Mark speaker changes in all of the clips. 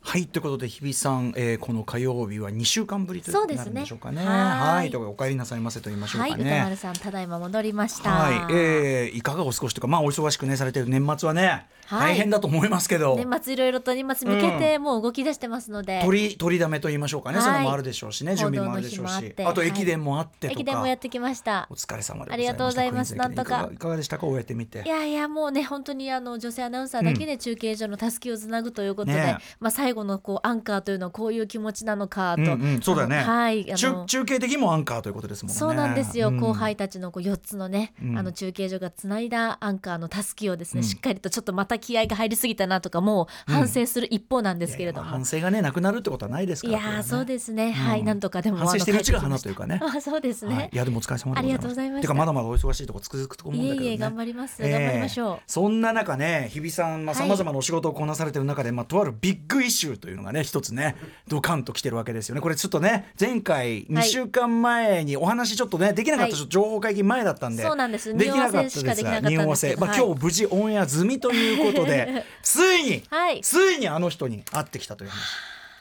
Speaker 1: はいということで日比さん、えー、この火曜日は2週間ぶりと
Speaker 2: そうで
Speaker 1: な
Speaker 2: すね
Speaker 1: るんでしょうかね。
Speaker 2: はい
Speaker 1: はいということでお帰りなさいませと言いましょう
Speaker 2: はい、
Speaker 1: か
Speaker 2: 歌
Speaker 1: ね。
Speaker 2: 丸さん、ただいま戻りました。
Speaker 1: はい、えー、いかがお過ごしというか、まあ、お忙しくね、されてる年末はね、
Speaker 2: はい
Speaker 1: 大変だと思いますけど。
Speaker 2: 年末いろいろと年末向けて、もう動き出してますので。
Speaker 1: 取り、取りだめと言いましょうかね、
Speaker 2: はい
Speaker 1: それもあるでしょうしね、準備もあるでしょう
Speaker 2: 報道の日もあ
Speaker 1: し
Speaker 2: っ。て
Speaker 1: あと駅伝もあってとか。
Speaker 2: 駅伝もやってきました
Speaker 1: お。疲れ様でございました。
Speaker 2: ありがとうございます
Speaker 1: クイーンズ駅伝
Speaker 2: なんとか
Speaker 1: いがいかがでしたか、終えてみて
Speaker 2: い。やいやもうね本当にあの女性アナウンサーだけで中継所のたすきをつなぐということで、
Speaker 1: ね
Speaker 2: まあ最後のこうアンカーというのはこういう気持ちなのかと、
Speaker 1: うんうん、そうだよね。
Speaker 2: あのはいあの
Speaker 1: 中、中継的にもアンカーということですもんね。
Speaker 2: そうなんですよ、
Speaker 1: うん
Speaker 2: 後輩たちのこう4つのね、
Speaker 1: うん
Speaker 2: あの中継所がつないだアンカーのたすきをですね、
Speaker 1: うん
Speaker 2: しっかりとちょっとまた気合が入りすぎたなとかもう反省する一方なんですけれど
Speaker 1: いやいやまあ
Speaker 2: も、
Speaker 1: 反省がね、なくなるってことはないですか
Speaker 2: い
Speaker 1: ら。
Speaker 2: や
Speaker 1: これは
Speaker 2: ー
Speaker 1: ね
Speaker 2: そうですね、はい
Speaker 1: うん
Speaker 2: なんとかでも
Speaker 1: 反省してるうちが花といううかね。
Speaker 2: あ そうですね、
Speaker 1: はい、いやでもお疲れ様でございます。
Speaker 2: ありがとうございました
Speaker 1: てかまだまだお忙しいとこつくづくと思うん
Speaker 2: い
Speaker 1: だ
Speaker 2: え
Speaker 1: けどね。
Speaker 2: いえ頑張ります、
Speaker 1: ええ
Speaker 2: 頑張りましょう
Speaker 1: そんな中ね日比さん
Speaker 2: は
Speaker 1: さ
Speaker 2: い
Speaker 1: まざ、まなお仕事をこなされてる中で、まあ、とあるビッグイシューというのがね一つねドカンと来てるわけですよねこれちょっとね前回2週間前にお話ちょっとねできなかった、
Speaker 2: はい
Speaker 1: ちょっと情報会議前だったんで
Speaker 2: そうなんです
Speaker 1: できなかったです
Speaker 2: 匂わせしかできなかったんですけど
Speaker 1: 匂わせまあ、
Speaker 2: はい
Speaker 1: 今日無事オンエア済みということ でついに、
Speaker 2: はい
Speaker 1: ついにあの人に会ってきたという話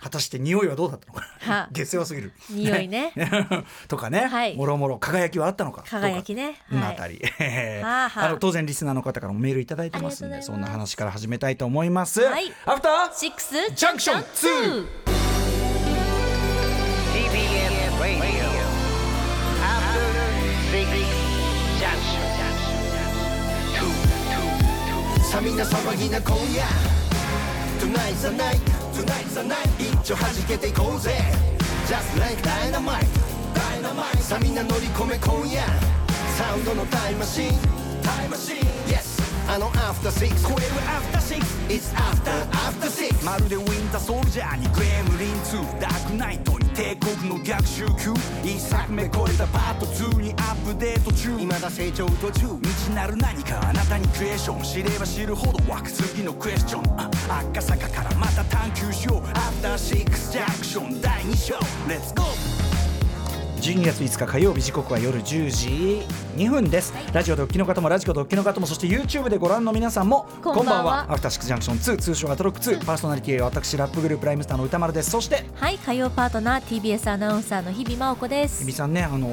Speaker 1: 果たして匂いはどうだったの
Speaker 2: は
Speaker 1: か
Speaker 2: あ
Speaker 1: 下世話すぎる
Speaker 2: 匂いね
Speaker 1: とかね、
Speaker 2: はい
Speaker 1: もろもろ輝きはあったのか
Speaker 2: 輝きね
Speaker 1: とか
Speaker 2: はい
Speaker 1: あたり、えー
Speaker 2: はあはあ
Speaker 1: あの当然リスナーの方からもメールいただいてますんで
Speaker 2: ありがと
Speaker 1: そう
Speaker 2: ご
Speaker 1: ん
Speaker 2: ざいま
Speaker 1: な
Speaker 2: す
Speaker 1: 話から始めたいと思います、
Speaker 2: はい
Speaker 1: アフター
Speaker 2: シックス
Speaker 1: ジャンクション2
Speaker 3: TBN Radio. After Six Junction.
Speaker 4: さみんな騒ぎな今夜 Tonight's the night Tonight's the night 一丁弾けていこうぜ Just like dynamite Dynamite さみんな乗り込め今夜サウンドのタイムマシンタイムマシン Yes あの After Six これは After Six It's After After Six
Speaker 5: まるでウィンターソルジャーにグレムリン2ダークナイトに帝国の逆襲級一作目超えたパート2にアップデート中
Speaker 4: 未だ成長途中
Speaker 5: 未知なる何かあなたにクエスチョン知れば知るほど湧く次のクエスチョンあ赤坂からまた探求しようアフターシックスジャンクション第2章レッツゴー
Speaker 1: 12月5日火曜日時刻は夜10時2分です、ラジオドッキの方もラジオドッキの方もそして YouTube でご覧の皆さんも
Speaker 2: こんばんは
Speaker 1: アフターシックスジャンクション2通称アトロック2パーソナリティは私ラップグループライムスターの歌丸ですそして
Speaker 2: はい火曜パートナー TBS アナウンサーの日々真央子で
Speaker 1: 日
Speaker 2: す
Speaker 1: 比さんね、あの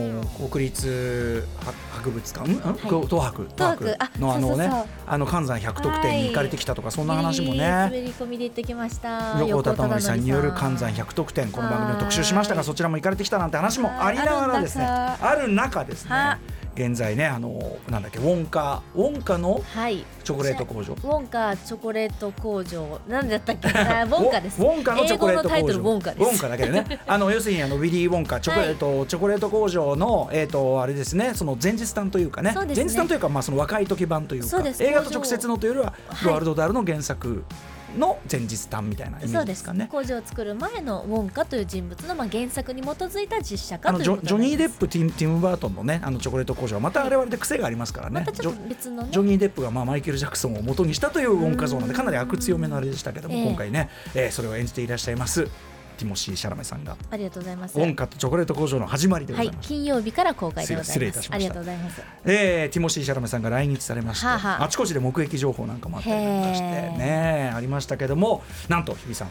Speaker 1: 国立博物館、ん
Speaker 2: い
Speaker 1: 東博
Speaker 2: 東博あ
Speaker 1: のあのね
Speaker 2: そうそうそう
Speaker 1: あの関山百得点に行かれてきたとかそんな話も
Speaker 2: 滑
Speaker 1: ね。
Speaker 2: り込みで行ってきました
Speaker 1: 横田忠則さんによる関山百得点この番組を特集しました
Speaker 2: は
Speaker 1: が
Speaker 2: い
Speaker 1: そちらも行かれてきたなんて話もありながらですね
Speaker 2: あ
Speaker 1: ある中ですね
Speaker 2: は
Speaker 1: 現在ねあのなんだっけウォンカウォンカの
Speaker 2: はい
Speaker 1: チョコレート工場
Speaker 2: ウォンカチョコレート工場なんだっ たっけあウォンカです
Speaker 1: ウォンカのチョコレート工場
Speaker 2: 英語のタイトルウォンカです
Speaker 1: だけで ねあの要するにあのウィリー・ウォンカチョコレート、チョコレート工場のえっ、とあれですねその前日談というかね
Speaker 2: そうです
Speaker 1: 前
Speaker 2: ね
Speaker 1: 日談というかまあその若い時版というか
Speaker 2: そうです
Speaker 1: 映画と直接のというよりは、
Speaker 2: はい
Speaker 1: ロアルド・ダールの原作の前日談みたいなイメ
Speaker 2: そ
Speaker 1: ー
Speaker 2: う
Speaker 1: ジ
Speaker 2: で
Speaker 1: ですすかね
Speaker 2: 工場を作る前のウォンカという人物のまあ原作に基づいた実写
Speaker 1: あ
Speaker 2: 化
Speaker 1: の
Speaker 2: とい
Speaker 1: ジ
Speaker 2: う
Speaker 1: ョ
Speaker 2: こと
Speaker 1: ジョニー・デッ
Speaker 2: プ
Speaker 1: プティム・ティム・バートンのねあのチョコレート工場はまたあれはあれで癖がありますからね、
Speaker 2: またちょっ
Speaker 1: ジ
Speaker 2: と
Speaker 1: ョ
Speaker 2: 別のね
Speaker 1: ジョニー・デップがまあマイケル・ジャクソンを元にしたという音歌像なんでかなり悪強めのあれでしたけども、
Speaker 2: ええ
Speaker 1: 今回ね、えーそれを演じていらっしゃいますティモシー・シャラメさんが
Speaker 2: ありがとうございます
Speaker 1: ウォンカとチョコレート工場の始まりでご
Speaker 2: は
Speaker 1: ざい
Speaker 2: い
Speaker 1: ます。
Speaker 2: 金曜日から公開でござ
Speaker 1: 失礼
Speaker 2: い
Speaker 1: い
Speaker 2: ま
Speaker 1: たし
Speaker 2: す
Speaker 1: ました
Speaker 2: ありがとうござい ます
Speaker 1: えーティモシー・シャラメさんが来日されまして、
Speaker 2: はあはあ
Speaker 1: あちこちで目撃情報なんかもあったりなんかして
Speaker 2: へー
Speaker 1: ねありましたけどもなんと日比さん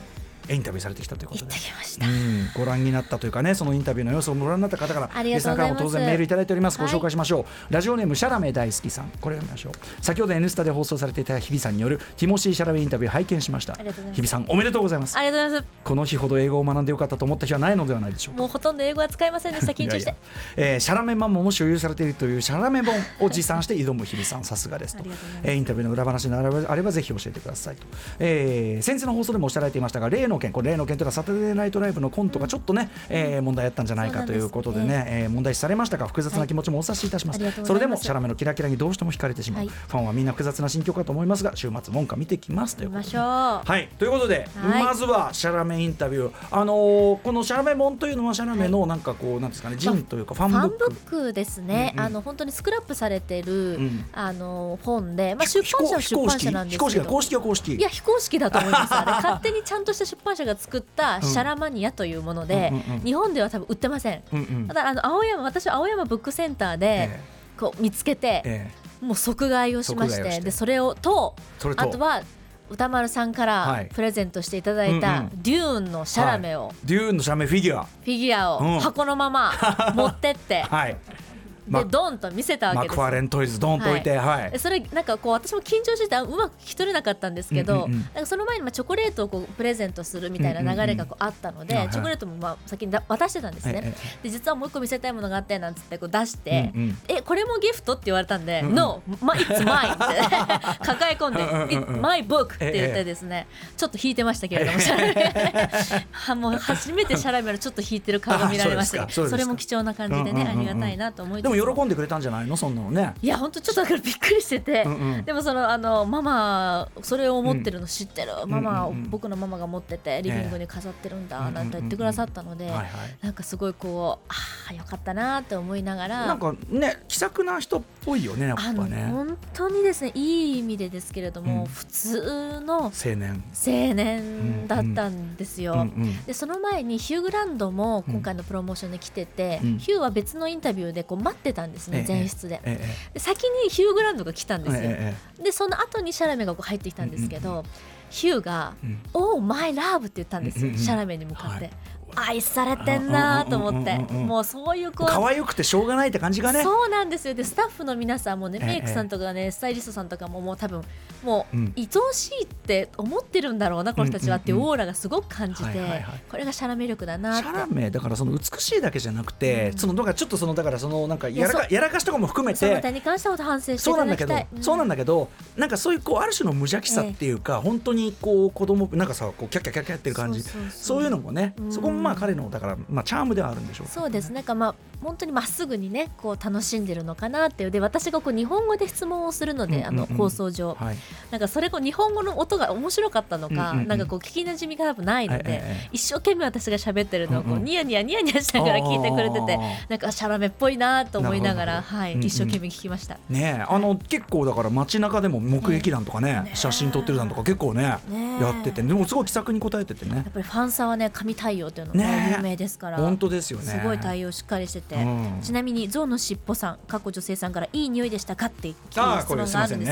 Speaker 1: インタビューされてきたというこ
Speaker 2: 行
Speaker 1: と
Speaker 2: っ
Speaker 1: で
Speaker 2: て。きまし
Speaker 1: う
Speaker 2: た
Speaker 1: ん、ご覧になったというかねそのインタビューの様子をご覧になった方から
Speaker 2: あり
Speaker 1: リ
Speaker 2: が
Speaker 1: ス
Speaker 2: とう
Speaker 1: ナー
Speaker 2: ご
Speaker 1: から
Speaker 2: ざいま
Speaker 1: も
Speaker 2: す
Speaker 1: 当然メールいただいております、
Speaker 2: はい
Speaker 1: ご紹介しましょうラジオネームシャラメ大好きさんこれ読みましょう先ほど「N スタ」で放送されていた日比さんによるティモシー・シャラメインタビュー拝見しました
Speaker 2: りがとうございます
Speaker 1: 日比さんおめでとうございます
Speaker 2: ありがとうございま
Speaker 1: この日ほど英語を学んでよかったと思った日はないのではないでしょうか
Speaker 2: すもうほとんど英語は使いませんでした緊張
Speaker 1: い
Speaker 2: して
Speaker 1: やいやえーシャラメマンモも所有されているというシャラメ本を持参して挑む日比さんさすがですと
Speaker 2: ありがとうございます
Speaker 1: えーインタビューの裏話のあればあればぜひ教えてくださいと、えー先日の放送でもおっしゃられていましたが例の件これ例の件というのはサタデーナイトライブのコントがちょっとね、えー問題あったんじゃないかということで
Speaker 2: そう
Speaker 1: ね
Speaker 2: なん
Speaker 1: えー問題視されましたが複雑な気持ちもお察しいたします,、
Speaker 2: はいありがとうござ
Speaker 1: そ
Speaker 2: いま
Speaker 1: れでも
Speaker 2: す
Speaker 1: シャラメのキラキラにどうしても惹かれてしまう、
Speaker 2: はい
Speaker 1: ファンはみんな複雑な心境かと思いますが週末文化見てきますという
Speaker 2: 行
Speaker 1: こと
Speaker 2: きま
Speaker 1: で
Speaker 2: しょうは
Speaker 1: はい、ということで、
Speaker 2: はい
Speaker 1: まずはシャラメインタビュー、あのーこのシャラメ本というのはシャラメのなんかこう、なんですかね、ジンというかファン
Speaker 2: ファ
Speaker 1: ブ
Speaker 2: ン
Speaker 1: ッ
Speaker 2: ブ
Speaker 1: ク。
Speaker 2: ックですね、
Speaker 1: うんうん
Speaker 2: あの本当にスクラップされてる、
Speaker 1: うん
Speaker 2: あの本で、まあ、出版社は
Speaker 1: 非
Speaker 2: 出
Speaker 1: 公
Speaker 2: 版
Speaker 1: 式
Speaker 2: 社なん
Speaker 1: 非
Speaker 2: です
Speaker 1: 公
Speaker 2: け
Speaker 1: 式だ
Speaker 2: ど
Speaker 1: 公式は公式
Speaker 2: いや非公式だと思います あれ勝手にちゃんとした出版社が作ったシャラマニアというもので、
Speaker 1: うんうんうん
Speaker 2: 日本では多分売ってません
Speaker 1: うんうん
Speaker 2: ただあの青山私は青山ブックセンター
Speaker 1: え
Speaker 2: でこう見つけて、
Speaker 1: えええ
Speaker 2: もう即買いをしまし
Speaker 1: 即
Speaker 2: て
Speaker 1: 買いをして
Speaker 2: でそれをと
Speaker 1: それと
Speaker 2: あとは歌丸さんか
Speaker 1: は
Speaker 2: ら
Speaker 1: い
Speaker 2: プレゼントしていただいた
Speaker 1: うん
Speaker 2: デューンのシャラメを、
Speaker 1: はいデューンのシャラメフィギュア
Speaker 2: フィギュア
Speaker 1: うん
Speaker 2: を箱のまま持ってって、
Speaker 1: はい
Speaker 2: でドンと見せたわ
Speaker 1: マ
Speaker 2: けで
Speaker 1: ク
Speaker 2: す
Speaker 1: ファーレントイズドンと置いてはい、
Speaker 2: えそれなんかこう私も緊張しててあうまく聞き取れなかったんですけど、
Speaker 1: うんうんうん
Speaker 2: なんかその前にまあチョコレートをこうプレゼントするみたいな流れがこうあったので、
Speaker 1: うんうんうん
Speaker 2: チョコレートもまあ先にだ渡してたんですね、
Speaker 1: ええ
Speaker 2: で実はもう一個見せたいものがあってなんつってこう出して、
Speaker 1: うんうん
Speaker 2: えこれもギフトって言われたんで「
Speaker 1: うんうん
Speaker 2: No, my, it's mine」って 抱え込んで
Speaker 1: うんうんうんうん
Speaker 2: 「It's my book」って言っ
Speaker 1: ええ
Speaker 2: てですね、ちょっと引いてましたけれどもシャラ メはもう初めてシャラメのちょっと引いてる顔が見られました
Speaker 1: あ
Speaker 2: け
Speaker 1: そうですかそうで
Speaker 2: ど
Speaker 1: すか
Speaker 2: それも貴重な感じでね、
Speaker 1: うんうんうんうん
Speaker 2: ありがたいなと思いつ
Speaker 1: で
Speaker 2: つ
Speaker 1: も喜んでくれたんじゃないのそんなのね
Speaker 2: いや本当ちょっとだからびっくりしてて、
Speaker 1: うんうん
Speaker 2: でもそのあのママそれを持ってるの知ってる、ママ、
Speaker 1: うんうんうん
Speaker 2: 僕のママが持っててリビングに飾ってるんだ、
Speaker 1: ええ
Speaker 2: なんて言ってくださったので、
Speaker 1: はいはい
Speaker 2: なんかすごいこうああよかったなって思いながら
Speaker 1: なんかね気さくな人っぽいよねやっぱ
Speaker 2: あの
Speaker 1: ね青
Speaker 2: 本当にですねいい意味でですけれども、
Speaker 1: うん
Speaker 2: 普通の青
Speaker 1: 年
Speaker 2: 年だったんですよ。
Speaker 1: うんうん
Speaker 2: でその前にヒュー・グランドも今回のプロモーションに来てて、
Speaker 1: うん
Speaker 2: ヒューは別のインタビューでこう待ってたんですね、前室で,、
Speaker 1: ええ
Speaker 2: で先にヒュー・グランドが来たん
Speaker 1: ええ
Speaker 2: ですよ、
Speaker 1: え
Speaker 2: でその後にシャラメがこう入ってきたんですけど、ヒューが
Speaker 1: えええ
Speaker 2: 「Oh my love」って言ったんですよ、
Speaker 1: うんうんうん
Speaker 2: シャラメに向かって、愛されてん
Speaker 1: う
Speaker 2: なんと思って、
Speaker 1: うんうんうんうん
Speaker 2: もうそういう
Speaker 1: う
Speaker 2: こ
Speaker 1: ん
Speaker 2: う
Speaker 1: 可愛くてしょうがないって感じがね
Speaker 2: そうなんですよでスタッフの皆さんもね、
Speaker 1: ええ
Speaker 2: メイクさんとかねスタイリストさんとかももう多分もう
Speaker 1: うん
Speaker 2: 愛おしいって思ってるんだろうな、この人たちはっていうオーラがすごく感じて、
Speaker 1: はいはいはい
Speaker 2: これがシャラメ力だなっ
Speaker 1: シ
Speaker 2: て
Speaker 1: ャラメだからその美しいだけじゃなくて、
Speaker 2: うん
Speaker 1: そのなんかちょっとそのだからそのなんかやら
Speaker 2: いや
Speaker 1: かやらかしとかも含め
Speaker 2: その
Speaker 1: て
Speaker 2: 点に関しては反省してい
Speaker 1: そうな
Speaker 2: た
Speaker 1: んだ
Speaker 2: だ
Speaker 1: け
Speaker 2: き
Speaker 1: ど
Speaker 2: たい、
Speaker 1: そうなん
Speaker 2: だ
Speaker 1: だけどなんかそういうこうある種の無邪気さっていうか、本当にこう子供なんかさこうキャッキャッキャッキャッやってる感じ
Speaker 2: そうそうそう
Speaker 1: そういうのもね、
Speaker 2: うん
Speaker 1: そこもまあ彼のだから、まあ、チャームではあるんでしょうけど
Speaker 2: そうですねなんかまあ本当にまっすぐにねこう楽しんでるのかなっていうで私がこう日本語で質問をするので、
Speaker 1: うんうんうん
Speaker 2: あの放送上、
Speaker 1: はい
Speaker 2: なんかそれこう日本語の音が面白かったのか、
Speaker 1: うんうんうん
Speaker 2: なんかこう聞きなじみが多分ないの
Speaker 1: え
Speaker 2: で、
Speaker 1: えええ
Speaker 2: 一生懸命私が喋ってるのをこ
Speaker 1: う
Speaker 2: うん
Speaker 1: うん
Speaker 2: ニヤニヤニヤニヤしながら聞いてくれてて、
Speaker 1: あー
Speaker 2: なんかシャラメっぽいなと思いな
Speaker 1: な
Speaker 2: がら
Speaker 1: るほど
Speaker 2: はい、
Speaker 1: うんうん
Speaker 2: 一生懸命聞きました。
Speaker 1: ねえあの結構だから街中でも目撃談とかね写真撮ってる談とか結構ね
Speaker 2: ねえ
Speaker 1: やっててでもすごい気さくに答えててね
Speaker 2: やっぱりファンサはね神対応というのが、ね
Speaker 1: ねえ
Speaker 2: 有名ですから
Speaker 1: 本当ですよね
Speaker 2: すごい対応しっかりしてて、
Speaker 1: うん
Speaker 2: ちなみに象のしっぽさん過去女性さんからいい匂いでしたかっていう質
Speaker 1: あーこ
Speaker 2: 問
Speaker 1: れすい
Speaker 2: が
Speaker 1: ま
Speaker 2: ある
Speaker 1: せ
Speaker 2: ん
Speaker 1: ん
Speaker 2: で
Speaker 1: ね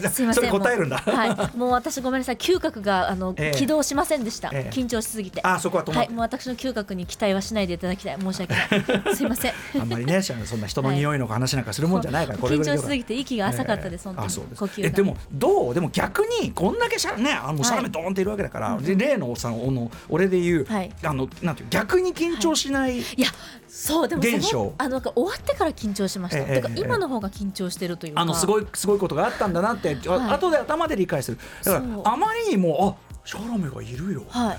Speaker 1: じ
Speaker 2: すけ れども
Speaker 1: ゃあ
Speaker 2: すいま
Speaker 1: そ
Speaker 2: せん
Speaker 1: れ答えるんだ
Speaker 2: もうはい、もう私ごめんなさい嗅覚があの、
Speaker 1: ええ
Speaker 2: 起動しませんでした、
Speaker 1: ええ
Speaker 2: 緊張しすぎて
Speaker 1: あそこは止ま
Speaker 2: は
Speaker 1: っ
Speaker 2: い、もう私の嗅覚に期待はしないでいただきたい申し訳 ないすいません
Speaker 1: あんまりねそんな人の匂いの話なんかするもんじゃないからこれ
Speaker 2: 緊
Speaker 1: ぐらい
Speaker 2: 張しすぎて息が浅かったです、
Speaker 1: ええ
Speaker 2: 本
Speaker 1: あ
Speaker 2: 当
Speaker 1: そう
Speaker 2: に
Speaker 1: です
Speaker 2: 呼吸が
Speaker 1: えでもどうでも逆にこんだけシャねあのシャラメドーンっているわけだから、で例のさんおの俺で言う、
Speaker 2: はい
Speaker 1: あのなんていう逆に緊張しない、
Speaker 2: いやそうでも
Speaker 1: 現
Speaker 2: すご
Speaker 1: 象
Speaker 2: くあのなんか終わってから緊張しました、
Speaker 1: ええ
Speaker 2: てか
Speaker 1: ええ
Speaker 2: 今の方が緊張してるというか
Speaker 1: あのすごいすごいことがあったんだなって、あ
Speaker 2: はい
Speaker 1: 後で頭で理解するだから
Speaker 2: そう
Speaker 1: あまりにもあシャラメがいるよみたいな。
Speaker 2: はい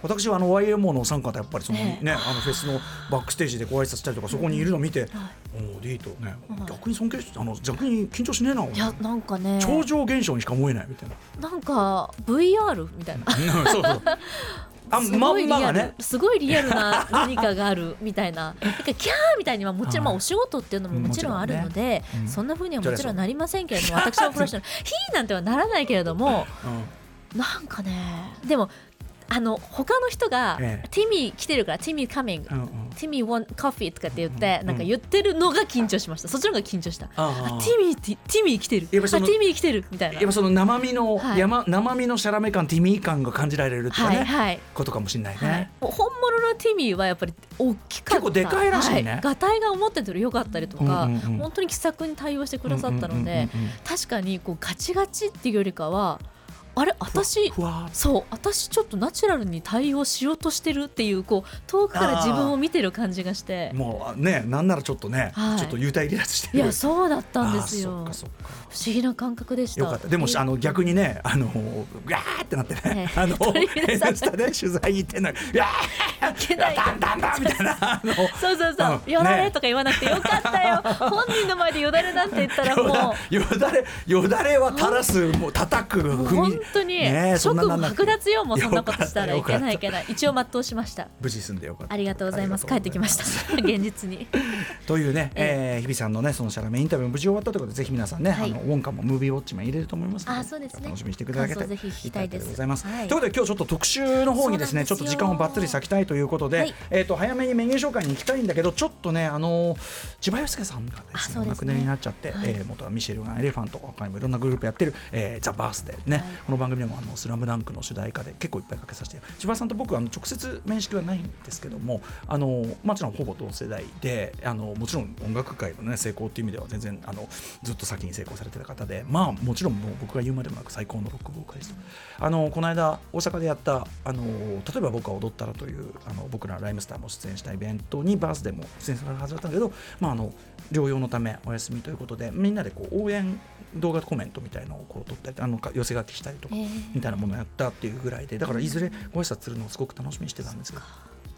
Speaker 1: 私はあの YMO のお三方やっぱりそのね
Speaker 2: ね
Speaker 1: あのフェスのバックステージでご挨拶したりとかそこにいるの見て、おーディーとね、
Speaker 2: はい
Speaker 1: 逆に尊敬しあの逆に緊張しねえな俺
Speaker 2: いやなんかね
Speaker 1: 超常現象にしか思えないみたいな。
Speaker 2: なんか VR みたいな
Speaker 1: うん そうそう。あ、
Speaker 2: す
Speaker 1: ま
Speaker 2: ご
Speaker 1: ん
Speaker 2: いリ
Speaker 1: ま
Speaker 2: ア
Speaker 1: が
Speaker 2: ル、
Speaker 1: ね。
Speaker 2: すごいリアルな何かがあるみたいななんかキャーみたいにはもちろん、まあ、
Speaker 1: はい
Speaker 2: お仕事っていうのももちろんあるので、
Speaker 1: うん
Speaker 2: そんなふうにはもちろんなりませんけれども私はプ ロフェッショナル「ヒー」なんてはならないけれども
Speaker 1: うん
Speaker 2: なんかねでもあの他の人が
Speaker 1: ええ
Speaker 2: 「ティミー来てるからティミーカミング」
Speaker 1: うんうん
Speaker 2: ティミー want coffee とかって言って、
Speaker 1: うん
Speaker 2: なんか言ってるのが緊張しました。そっちの方が緊張した。
Speaker 1: あー
Speaker 2: あティミーティティミー来てる。あテ
Speaker 1: やっぱその
Speaker 2: ィミー来てるみたいな。
Speaker 1: やっぱその生身の、
Speaker 2: はい
Speaker 1: 山生身のシャラメ感ティミー感が感じられるっていうか
Speaker 2: は
Speaker 1: ね、
Speaker 2: いはい。
Speaker 1: ことかもしれないね、
Speaker 2: はい、もう本物のティミーはやっぱり大きかった
Speaker 1: 結構でかいらしいね
Speaker 2: はガタイが思ってたより良かったりとか、
Speaker 1: うんうんうん
Speaker 2: 本当に気さくに対応してくださった
Speaker 1: う
Speaker 2: ので、
Speaker 1: んうんうんうん
Speaker 2: 確かにこうガチガチっていうよりかはあれ私
Speaker 1: ふわ
Speaker 2: そう私ちょっとナチュラルに対応しようとしてるっていうこう遠くから自分を見てる感じがして
Speaker 1: もうあねなんならちょっとね、
Speaker 2: はい
Speaker 1: ちょっと幽体離脱して
Speaker 2: い
Speaker 1: る
Speaker 2: やそうだったんです
Speaker 1: あーそっ
Speaker 2: よ
Speaker 1: かそっか
Speaker 2: 不思議な感覚でした
Speaker 1: よかったでもしあの逆にねあのガーってなってね、
Speaker 2: ね
Speaker 1: あの
Speaker 2: 取り乱さない
Speaker 1: N スタで取材に行ってんのにガー
Speaker 2: けない
Speaker 1: ダンダンダンみたいなあの
Speaker 2: そうそうそう、
Speaker 1: うん
Speaker 2: よだ
Speaker 1: ね
Speaker 2: れとか言わなくてよかった よ、本人の前でよだれなんて言ったらもう
Speaker 1: よだれよだれは垂らすもう叩く踏
Speaker 2: もう
Speaker 1: み
Speaker 2: 本当に
Speaker 1: ねえそん
Speaker 2: 職
Speaker 1: な
Speaker 2: 務
Speaker 1: なんなくて
Speaker 2: 剥奪よもうそんなことしたら
Speaker 1: よ
Speaker 2: い
Speaker 1: か
Speaker 2: け
Speaker 1: った
Speaker 2: ないい
Speaker 1: よかった
Speaker 2: けない一応全うしました
Speaker 1: 無事済んでよかった
Speaker 2: ありがとうございます帰ってきまし た
Speaker 1: ありがとうございす
Speaker 2: 現実に
Speaker 1: というね、
Speaker 2: え
Speaker 1: えー日比さんのねそのシャラメインタビューも無事終わったということでぜひ皆さんね、
Speaker 2: はい
Speaker 1: あのウォンカもムービーウォッチも入れると思いますので
Speaker 2: あそうですね
Speaker 1: 楽しみにしていただけた
Speaker 2: 感想ぜひ聞きたいです
Speaker 1: ございます、
Speaker 2: はい
Speaker 1: ということで今日ちょっと特集の方にですねち
Speaker 2: そ
Speaker 1: ょ
Speaker 2: う
Speaker 1: っと
Speaker 2: なんです
Speaker 1: 時
Speaker 2: よ
Speaker 1: 間をばっつり割きたいということで、
Speaker 2: はい
Speaker 1: えっ、と早めにメニュー紹介に行きたいんだけどちょっとねあの千葉祐介さんがで
Speaker 2: あ
Speaker 1: すね
Speaker 2: そう
Speaker 1: お
Speaker 2: です
Speaker 1: 亡くな
Speaker 2: ね
Speaker 1: りになっちゃって、
Speaker 2: はい
Speaker 1: えー元はミシェルガンエレファント他にもいろんなグループやってる、えーザ・バースデーね、
Speaker 2: はい
Speaker 1: この番組でも「あのスラムダンクの主題歌で結構いっぱいかけさせて千葉さんと僕あの直接面識はないんですけどもあのまあもちろんほぼ同世代であのもちろん音楽界の、ね、成功っていう意味では全然あのずっと先に成功されてた方でまあもちろんもう僕が言うまでもなく最高のロックボーカリストあのこの間大阪でやったあの例えば僕は踊ったらというあの僕らライムスターも出演したイベントにバースでも出演されるはずだったんだけど、まあ、あの療養のためお休みということでみんなでこう応援動画コメントみたいのをこう撮ったりあのか寄せ書きしたりとか
Speaker 2: ええ
Speaker 1: みたいなものをやったっていうぐらいでだからいずれご挨拶するのをすごく楽しみにしてたんですよ。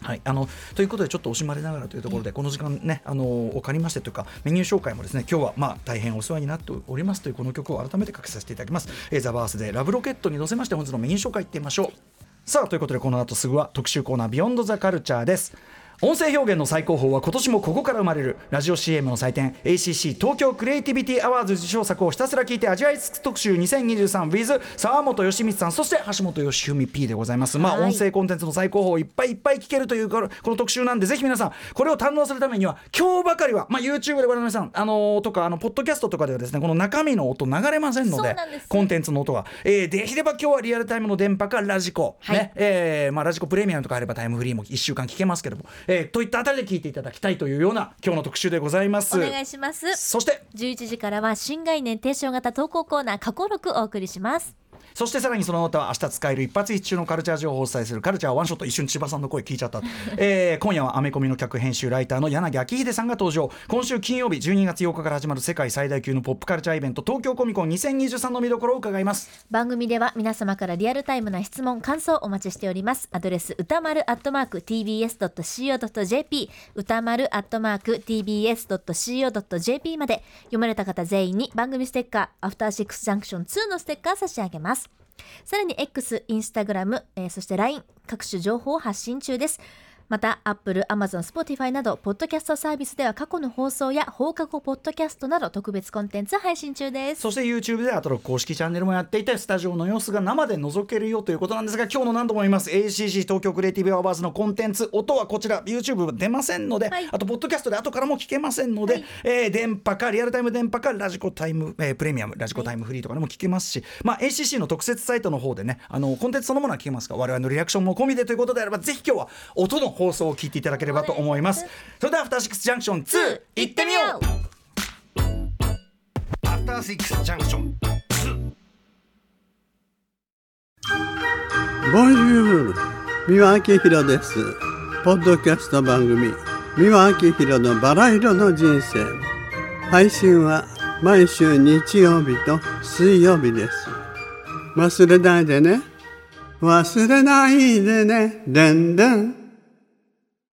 Speaker 1: はい、あのということでちょっと惜しまれながらというところでこの時間ねあのを借りましてというかメニュー紹介もですね今日はまあ大変お世話になっておりますというこの曲を改めてかけさせていただきます「えーザバースでラブロケットに乗せまして本日のメニュー紹介いってみましょうさあということでこの後すぐは特集コーナー「ビヨンドザカルチャーです音声表現の最高峰は今年もここから生まれるラジオ CM の祭典 ACC 東京クリエイティビティアワーズ受賞作をひたすら聞いて味わい尽くす特集 2023with 沢本義光さんそして橋本義文 P でございます、まあ
Speaker 2: はい
Speaker 1: 音声コンテンツの最高峰をいっぱいいっぱい聞けるというこのこの特集なんでぜひ皆さんこれを堪能するためには今日ばかりは、まあ、YouTube でご覧の皆さん、あのーとかあのポッドキャストとかではですねこの中身の音流れませんの
Speaker 2: そう
Speaker 1: で
Speaker 2: なんです
Speaker 1: コンテンツの音が、えーできれば今日はリアルタイムの電波かラジコ、
Speaker 2: はい
Speaker 1: ねえーまあ、ラジコプレミアムとかあればタイムフリーも1週間聞けますけども、えーといったあたりで聞いていただきたいというような今日の特集でございます。
Speaker 2: お願いします
Speaker 1: そして
Speaker 2: 11時からは新概念提唱型投稿コーナー過去録お送りします
Speaker 1: そしてさらにその後は明日使える一発一中のカルチャー情報をお伝えするカルチャーワンショット一瞬千葉さんの声聞いちゃった、 えー今夜はアメコミの客編集ライターの柳明秀さんが登場今週金曜日12月8日から始まる世界最大級のポップカルチャーイベント東京コミコン2023の見どころを伺います
Speaker 2: 番組では皆様からリアルタイムな質問感想をお待ちしておりますアドレス歌丸アットマーク tbs.co.jp 歌丸アットマーク tbs.co.jp まで読まれた方全員に番組ステッカーアフターシックスジャンクション2のステッカー差し上げますさらに X、Instagram、えーそして LINE 各種情報を発信中ですまた Apple、Amazon、Spotify などポッドキャストサービスでは過去の放送や放課後ポッドキャストなど特別コンテンツ配信中です
Speaker 1: そして YouTube でアトロック公式チャンネルもやっていてスタジオの様子が生で覗けるよということなんですが今日の何度も言います ACC 東京クリエイティブアワーズのコンテンツ音はこちら YouTube は出ませんので、
Speaker 2: はい
Speaker 1: あとポッドキャストで後からも聞けませんので、えー電波かリアルタイム電波かラジコタイム、えープレミアムラジコタイムフリーとかでも聞けますし、まあ、ACC の特設サイトの方でねあのコンテンツそのものは聞けますが我々のリアクションも込みでということであればぜひ今日は音の放送を聞いていただければと思います。それではアフターシックスジャンクション2いってみよう
Speaker 4: アフターシックスジャンクション
Speaker 6: ボンジュール三輪明宏ですポッドキャスト番組三輪明宏のバラ色の人生配信は毎週日曜日と水曜日です忘れないでね忘れないでねでんでん